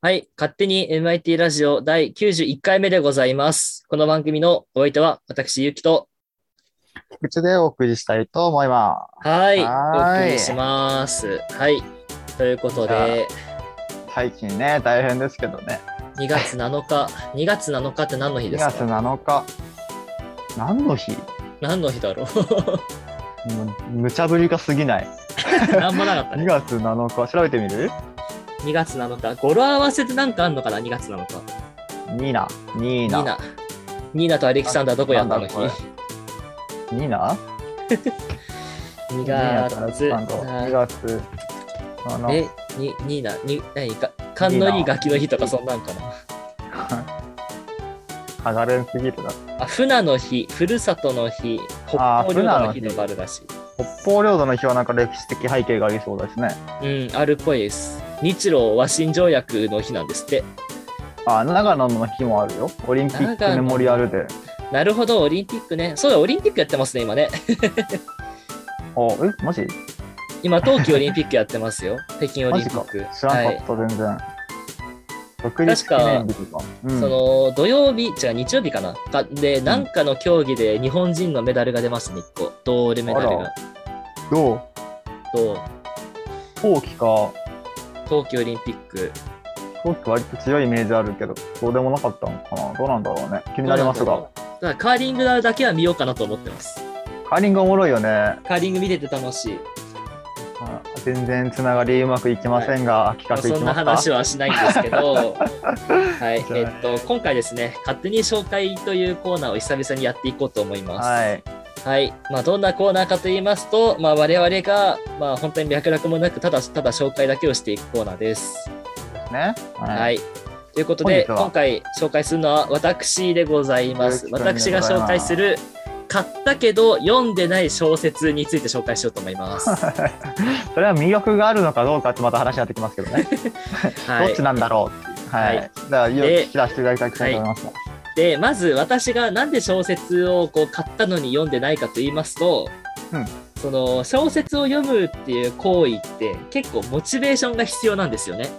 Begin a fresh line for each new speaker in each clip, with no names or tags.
はい。勝手に MIT ラジオ第91回目でございます。この番組のお相手は私、ゆきと、
うちでお送りしたいと思いま
はい。
はーい
お送りします。はい。ということで、
す。最近ね、大変ですけどね。
2月7日、2月7日って何の日
2
です
月
か
7日。何の日
何の日だろう
もう無茶ぶりが過ぎない。
何もなかった
2
ね。
月7日、調べてみる
2月7日。語呂合わせって何かあんのかな ?2 月7日。
ニーナ。ニー
ニー
ナ。
ナ。ニーナとアレキサンダーどこやったの日
なんだこニーナ
?2
ニー
月
ナとラスバンド。2月7日。
え、に、ニーナ、に、何か、勘のいいガキの日とかそんなんかな。
上がれんすぎるな。
あ、船の日、ふるさとの日、北
あー
方領土の日
船の日
とかあるらしい。
北方領土の日はなんか歴史的背景がありそうですね。
うん、あるっぽいです。日露和親条約の日なんですって。
あ、長野の日もあるよ。オリンピックメモリアルで。
なるほど、オリンピックね。そうだ、オリンピックやってますね、今ね。
お、えマジ
今、冬季オリンピックやってます よ。北京オ
マ
リン
ジ
ピッ
か
ク。
知らんか
は
っ
い。
た、全然。独立記念日とか。うん
その土曜日、じゃ日曜日かなかで、なんかの競技で日本人のメダルが出ましたね、1個。銅メダル
あ
が
ら。どう
と、
冬季か、
冬季オリンピック。
冬季割と強いイメージあるけど、そうでもなかったのかなどうなんだろうね。気になりま
ど
す
う
が
な。んだろう。だからカーリングだけは見ようかなと思ってます。
カーリングおもろいよね。
カーリング見てて楽しい。
あ全然つながりうまくいきませんが、
まあ
企画い
そ
き
んな
ます
話
か
はしないんですけ ど、はい、
じゃあ
えっと、今回ですね、勝手に紹介というコーナーを久々にやっていこうと思います。は
はい。
い。まあ、どんなコーナーかと言いますと、まあ、我々が、まあ、本当に脈絡もなく、ただ、ただ紹介だけをしていくコーナーです。
ね。。
はいい。ということで、
本日は
今回紹介するのは私でございます。
よろしくお願いし
私が
ます
紹介する、買ったけど読んでない小説について紹介しようと思い ます。は
それは魅力があるのかどうかってまた話になってきますけどね。どっ
い
ち。なんだろうっていう。は
はい
い。じゃあ、いよいよ
で
聞き出していただきたいと思いますが。
でまず私がなんで小説をこう買ったのに読んでないかと言いますと、
うん
その小説を読むっていう行為って結構モチベーションが必要なんですよね。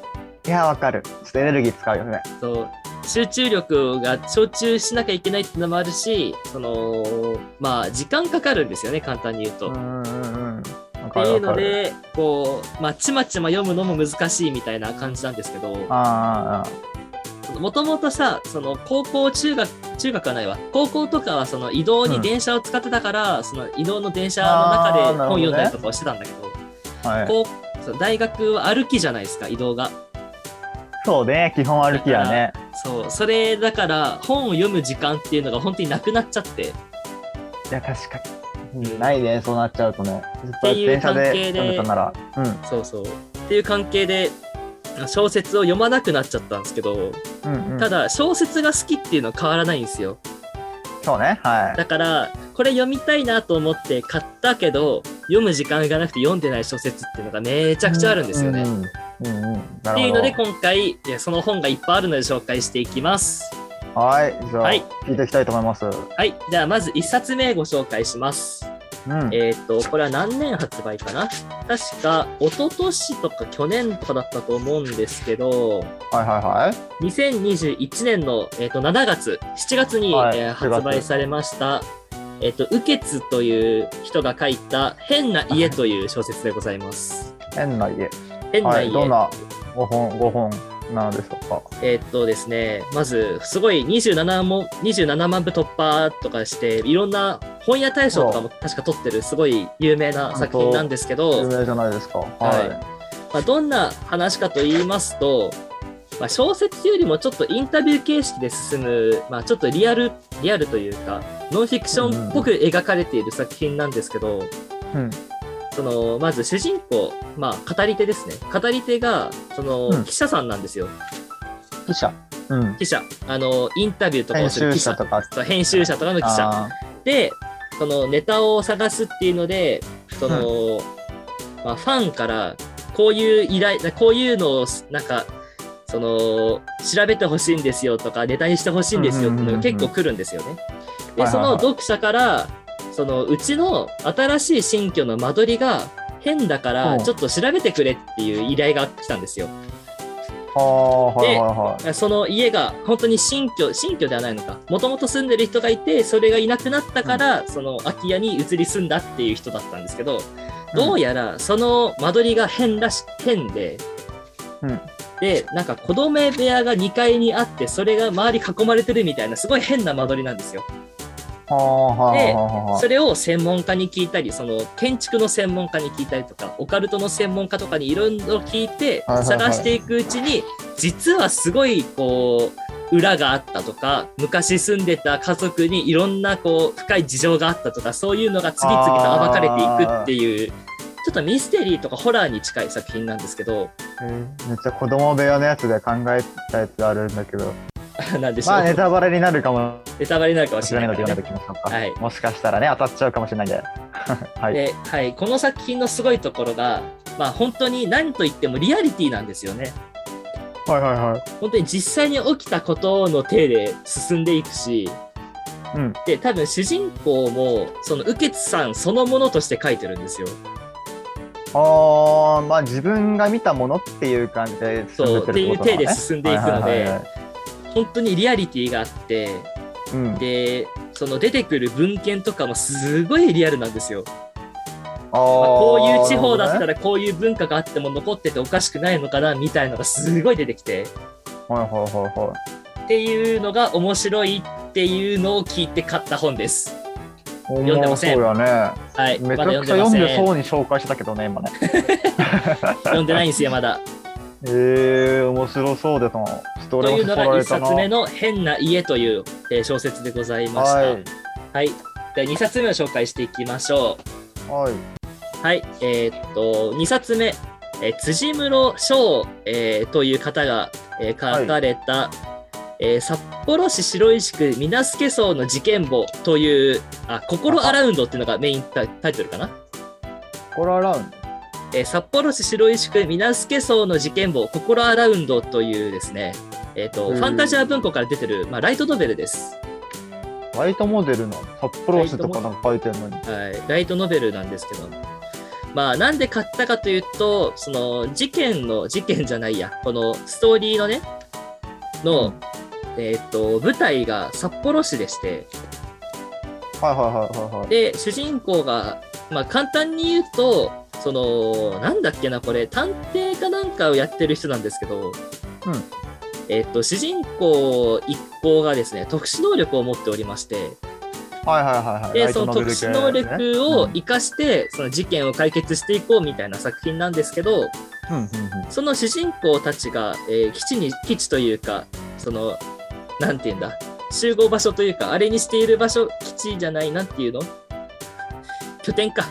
いや、わかる。ちょっとエネルギー使うよね。
そう集中力が集中しなきゃいけないってのもあるしそのまあ時間かかるんですよね簡単に言うと。
う
っ
んうんうんうん。わ
て
かる
いう
わ
の
かる。
でこう、まあ、ちまちま読むのも難しいみたいな感じなんですけど。
あ
もともとさ、その高校、中学、中学はないわ。高校とかはその移動に電車を使ってたから、その移動の電車の中で
あーな
本
る
読ん
ほどね
だりとかをしてたんだけど、
あ、はい。
こうそう大学は歩きじゃないですか、移動が。
そうね、基本歩きやね。
そう、それだから本を読む時間っていうのが本当になくなっちゃって、っ
いや、確かに。
うん
ないね、そうなっちゃうとね。ずっ
って
と
いう
電
関
車
係で
で住んでたなら。うん
そうそう。っていう関係で、小説を読まなくなっちゃったんですけど、
うんうん。
ただ小説が好きっていうのは変わらないんですよ。
そうね、はい。
だから、これ読みたいなと思って買ったけど、読む時間がなくて読んでない小説っていうのがめちゃくちゃあるんですよね。
う
っ
んうんうん。な
ていう
る
ので、
ほ
今回、いやその本がいっぱいあるので紹介していきます。
ど。はい、じゃあ、
はい
聞いていきたいと思います。う
はい。じゃあ、まず1冊目ご紹介します。
ん。
えっ、と、これは何年発売かな確か、一昨年とか去年とかだったと思うんですけど、
はいはい
2021年の、えー、と7月、7月に、
はい
えー
7月
発売されました、えっ、と、雨月という人が書いた、変な家という小説でございます。
はい。変な家。
変な
は
家。
い、どんな5本、五本なのでしょうか。
えっ、とですね、まず、すごい27も、27万部突破とかして、いろんな本屋大賞とかも確か取ってる、すごい有名な作品なんですけ
有
ど、
名じゃないですか。は
まあ、どんな話かと言いますと、まあ、小説よりもちょっとインタビュー形式で進む、まあ、ちょっとリアル、リアルというか、ノンフィクションっぽく描かれている作品なんですけど、
い。うん。
その、まず主人公、まあ、語り手ですね。語り手が、その、
うん
記者さんなんですよ。
記者。うん。
記者。あの、インタビューとかを
編
する
集
記
者
者。
とか。
そう編集者とかの記者。
あ
で、その、ネタを探すっていうので、その、まあ、ファンからこういう依頼こういうのをなんかその調べてほしいんですよとかネタにしてほしいんですよっていうのが結構来るんですよね。で
はいはいはい
その読者からそのうちの新しい新居の間取りが変だから
うん
ちょっと調べてくれっていう依頼が来たんですよ。
ーああ、はいはいはい。
その家が本当に新居、新居ではないのか、もともと住んでる人がいて、それがいなくなったから、その空き家に移り住んだっていう人だったんですけど、どうやらその間取りが変らし、変で、
うん
で、なんか子供部屋が2階にあって、それが周り囲まれてるみたいな、すごい変な間取りなんですよ。
ああ、はいはいはいはい
そ。れを専門家に聞いたり、その建築の専門家に聞いたりとか、オカルトの専門家とかにいろいろ聞いて、
はいはいはい
探していくうちに、実はすごいこう、裏があったとか、昔住んでた家族にいろんなこう、深い事情があったとか、そういうのが次々と暴かれていくっていう、ちょっとミステリーとかホラーに近い作品なんですけど、
えーめっちゃ子供部屋のやつで考えたやつあるんだけど、
なんでしょう、
まあネタバレになるかも
ネタバレになるかも
し
し
れ
れ
ない
な
の
い
で
からね
読んで。おきましょうか、
はい
もしかしたらね、当たっちゃうかもしれないんで。 はい。
で、はい、この作品のすごいところが、まあ本当に何と言ってもリアリティなんですよね。
はいはいはい。
本当に実際に起きたことの体で進んでいくし、
うん
で多分主人公もその右傑さんそのものとして書いてるんですよ。
ああ、まあ自分が見たものっていう感じで進んでってるってことだ
そ
ね、
うっていう体で進んでいくので
はいはいはいはい
本当にリアリティがあって
うん、
でその出てくる文献とかもすごいリアルなんですよ。
あ
まあ
ー
こういう地方だっ
な
た
る
らこういう文化があっても残ってておかしくないのかなみたいのがすごい出てきて
ほどねはいはいはいはい。
っていうのが面白いっていうのを聞いて買った本です。
読
んでません
そうやね。
はい、
めちゃ
まだ
くちゃ読んで
ませ
そうに紹介してたけどね、今ね。
読んでないんですよまだ。
えー、面白そうですな。ちょっと
と
俺も
いう
引っ
の
張ら
が1
れたな。
冊目の「変な家」というえー小説でございました。
は
はい
い。。
で2冊目を紹介していきましょ
はい。
う。はい。えーっと、2冊目、えー辻室翔、えーという方が、えー書かれた、えー札幌市白石区水助荘の事件簿という、あ、心アラウンドっていうのがメインタタイトルかな。
これはラウン
えー札幌市白石区水助荘の事件簿、心アラウンドというですね、えーっと、
うん
ファンタジア文庫から出てる、まあ、ライトノベルです。
ド。ライトモデルの札幌市とかなんか書いてるのに。
はい、ライトノベルなんですけどまあなんで買ったかというとその事件の事件じゃないやこのストーリーのねの、
うん
えーっと舞台が札幌市でして
はいはいはいはいはい。
で主人公が、まあ、簡単に言うとそのなんだっけなこれ探偵かなんかをやってる人なんですけど、えーっと主人公一行がですね特殊能力を持っておりまして
はいはいはいはい。ラ
で
イ
そ
ト
の
ノ
特
ベル系
殊
ね
能力を
うん
生かして、その事件を解決していこうみたいな作品なんですけど
うんうんうん
その主人公たちが、えー基地に基地というかそのなんていうんだ集合場所というかあれにしている場所基地じゃないなんていうの拠点か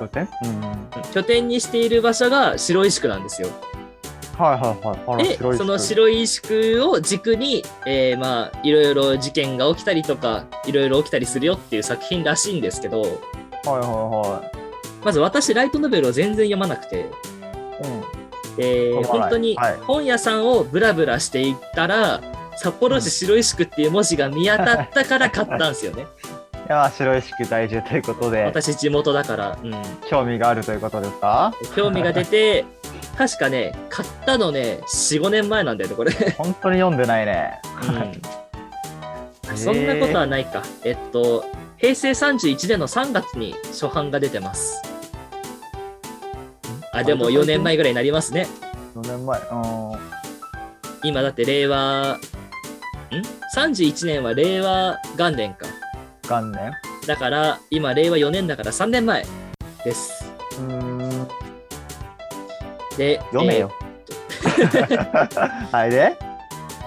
拠点うんうん。はい
拠点にしている場所が白石区なんですよ。
はいはい。あら、
で
白い
その白石区を軸に、えーまあいろいろ事件が起きたりとかいろいろ起きたりするよっていう作品らしいんですけど
はいは
まず私ライトノベルを全然読まなくて。
いはい。うん。
えー
わからな
本
い
当に
はい
本屋さんをブラブラしていったら、札幌市白石区っていう文字が見当たったから買ったんですよ ね。
では、白石区在住ということで、
私地元だから、うん、
興味があるということですか
興味が出て、 確かね、買ったのね、4、5年前なんだよね、これ。
本当に読んでないね。
うん そんなことはないか。えっと、平成31年の3月に初版が出てます。あ、でも4年前ぐらいになりますね。
4年前。うん。
今だって令和、ん ?31 年は令和元年か。
元年
だから、今、令和4年だから3年前です。
うーん。
で、
読めよ。 はいで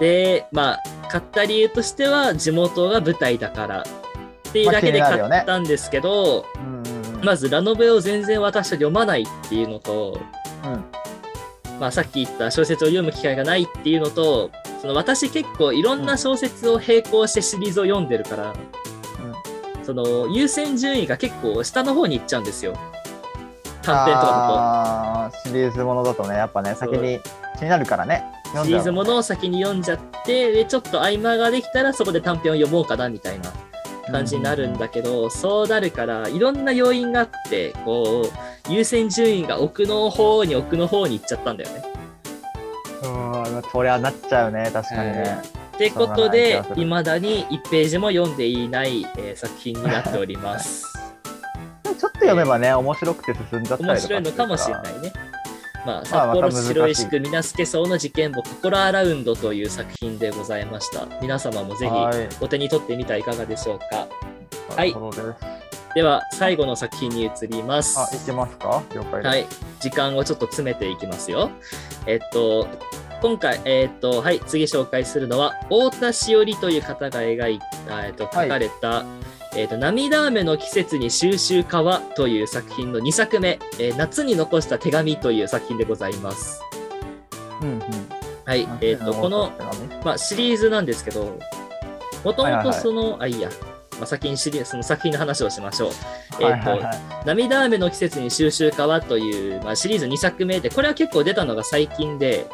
えーで、まあ、買った理由としては、地元が舞台だからっていうだけで
ま
買
あ気になるよね
ったんですけど、
うんうんうん
まず、ラノベを全然私は読まないっていうのと、
うん
まあ、さっき言った小説を読む機会がないっていうのと、その私結構いろんな小説を並行してシリーズを読んでるから、その優先順位が結構下の方に行っちゃうんですよ。短編とかだと。
あーシリーズものだとね、やっぱね、先に気になるからね。読ん
シ
じ
リ
ゃ
ー
う
ズものを先に読んじゃってでちょっと合間ができたらそこで短編を読もうかなみたいな感じになるんだけど、そうなるからいろんな要因があってこう優先順位が奥の方に奥の方に行っちゃったんだよね。
うん、なもそりゃなっちゃうね、確かにね。
ってことで
そうだな気がす、る
いまだに1ページも読んでいない、えー作品になっております。
でもちょっと読めばね、面白くて進んじゃったりとか
面白いのかもしれないね。まあ、札
まあま
幌
た難しい
白石区皆助荘の事件簿ココラアラウンドという作品でございました。皆様もぜひ
はい
お手に取ってみてはいかがでしょうか。は
ないるほどです。
では、最後の作品に移ります。
あ、いけますか了解です。
はい、時間をちょっと詰めていきますよ。えっと、今回、えっと、はい、次紹介するのは、太田しおりという方が描いた、えっと、書
はい
かれた、えっと、涙雨の季節に収集かわという作品の2作目、えー夏に残した手紙という作品でございます。
うんうん。
はい、えっと、この、まあ、シリーズなんですけど、もと
はい
も
はい
と
はい
その、あ、いいや、まあ、先にシリーズ、その作品の話をしましょう。
手紙、はいはい
え
はい
涙雨の季節に収集かはという、まあ、シリーズ2作目で、これは結構出たのが最近で、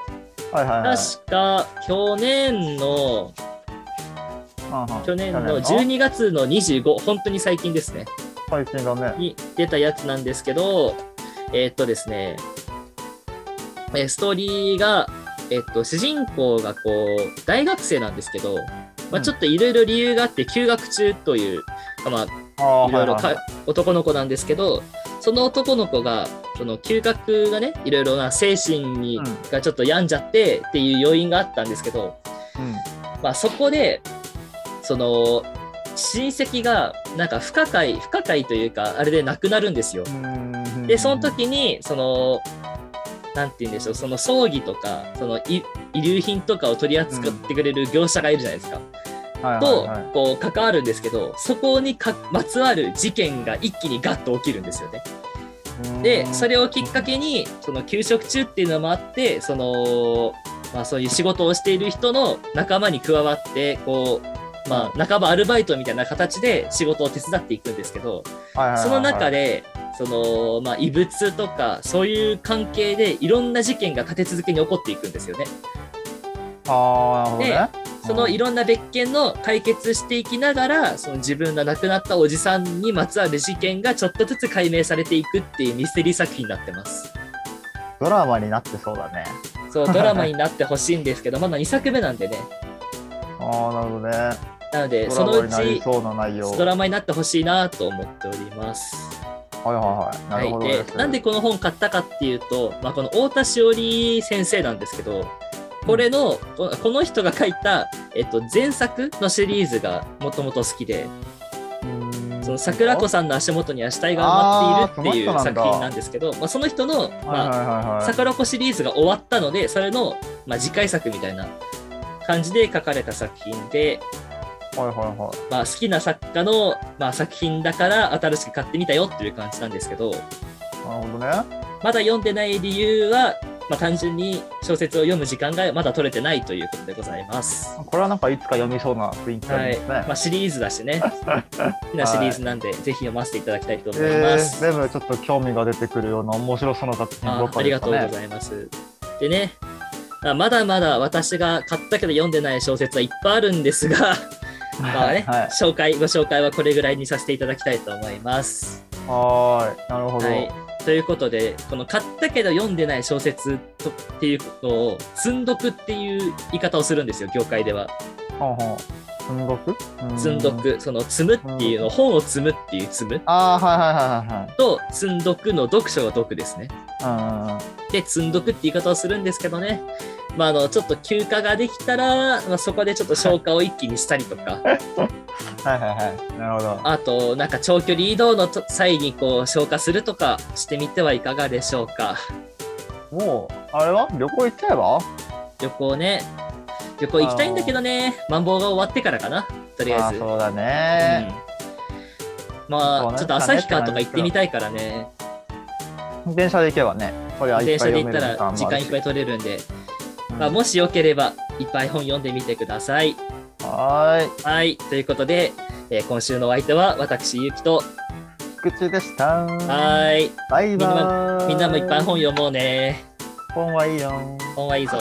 はいはいはい
確か去年の、
うんうん
去年の
去年
12月の25、本当に最近ですね、
最近だね。
に出たやつなんですけど、えーっとですね、えーストーリーが、えっと、主人公がこう、大学生なんですけど、ま
う
あ、
ん
ちょっといろいろ理由があって休学中という、まあ、
あー
いろいろ
はいはいはい
か男の子なんですけどその男の子がその嗅覚がねいろいろな精神に、
うん
がちょっと病んじゃってっていう要因があったんですけど、
うん
まあ、そこでその親戚がなんか不可解不可解というかあれで亡くなるんですよ。でその、時にそのなんて言うんでしょうその葬儀とかそのい遺留品とかを取り扱ってくれる業者がいるじゃないですか。
はいはい
と
はい
こう関わるんですけどそこにかまつわる事件が一気にガッと起きるんですよね。でそれをきっかけにその休職中っていうのもあってその、まあ、そういう仕事をしている人の仲間に加わってこう、まあ、半ばアルバイトみたいな形で仕事を手伝っていくんですけどその中
で、
でその、まあ、異物とかそういう関係でいろんな事件が立て続けに起こっていくんですよね。
あーなるほどね
そのいろんな別件の解決していきながら、その自分が亡くなったおじさんにまつわる事件がちょっとずつ解明されていくっていうミステリー作品になってます。
ドラマになってそうだね。
そう、ドラマになってほしいんですけど、まだ2作目なんでね。
ああ、なるほどね。
なので、
ド
そ
ラ
の
マ
う
になり
ち
そうな内容。
ドラマになってほしいなと思っております。
はいはいはい。なるほど
はい
で。
ですなんでこの本買ったかっていうと、まあ、この太田しおり先生なんですけどこれのここの人が書いた、えっと、前作のシリーズがもともと好きでその桜子
さ
さんの足元には死体が埋まっているってい
あ
う
ーその人なん
作
だ
品なんですけど、まあ、その人の、
んはい
ま
は
あ
いはいはい。
桜子シリーズが終わったのでそれの、まあ、次回作みたいな感じで書かれた作品で、
はいはいはい。
まあ、好きな作家の、まあ、作品だから新しく買ってみたよっていう感じなんですけど
なるほどね。
まだ読んでない理由は、まあ、単純に小説を読む時間がまだ取れてないということでございます。
これはなんかいつか読みそうな雰囲気あ
は
り
い
ますね。
まあ、シリーズだしね好きなシリーズなんで、ぜひ読ませていただきたいと思いま
え
す。
ー、全部ちょっと興味が出てくるような面白そうな作品
あ
ばっ
ー
か
あり
り
が
ですか
とう
ね。
ございます。でね、まあまだまだ私が買ったけど読んでない小説はいっぱいあるんですが、まあね、
はい。
紹介、ご紹介はこれぐらいにさせていただきたいと思います。
はーい。なるほど。
はい。ということで、この買ったけど読んでない小説とっていうことを、積読っていう言い方をするんですよ、業界では。
ほうほう。積んどく
積読、その積むっていうの、本を積むっていう積む
ああ、はいはいはいはいはい
と、積読の読書の読ですね。。
うんうんうん。
で積んどくって言い方をするんですけどね、まあ、あのちょっと休暇ができたら、まあ、そこでちょっと消化を一気にしたりとか
はいはいはい。なるほど。
あとなんか長距離移動のと際にこう消化するとかしてみてはいかがでしょうか
もう、あれは旅行行っちゃえば
旅行ね旅行行きたいんだけどねマンボウが終わってからかなとりあえ
ー
ず
そうだね。
うん、ま
そう
あ
ね
ちょっと旭川とか行ってみたいからね
電車で行けばね。そりゃい
電
っぱ
車
い
で
読
行っ
め
た
る
ら時
もあ
間
る
い
し
っぱい取れるんで、
うん
まあ、もしよければいっぱい本読んでみてください
はーい。
はい、ということで、えー今週のお相手は私、ゆうきと、
菊池でした。
はーい、
バイバイ。
みんなもいっぱい本読もうね。
本はいいよ。
本はいいぞ。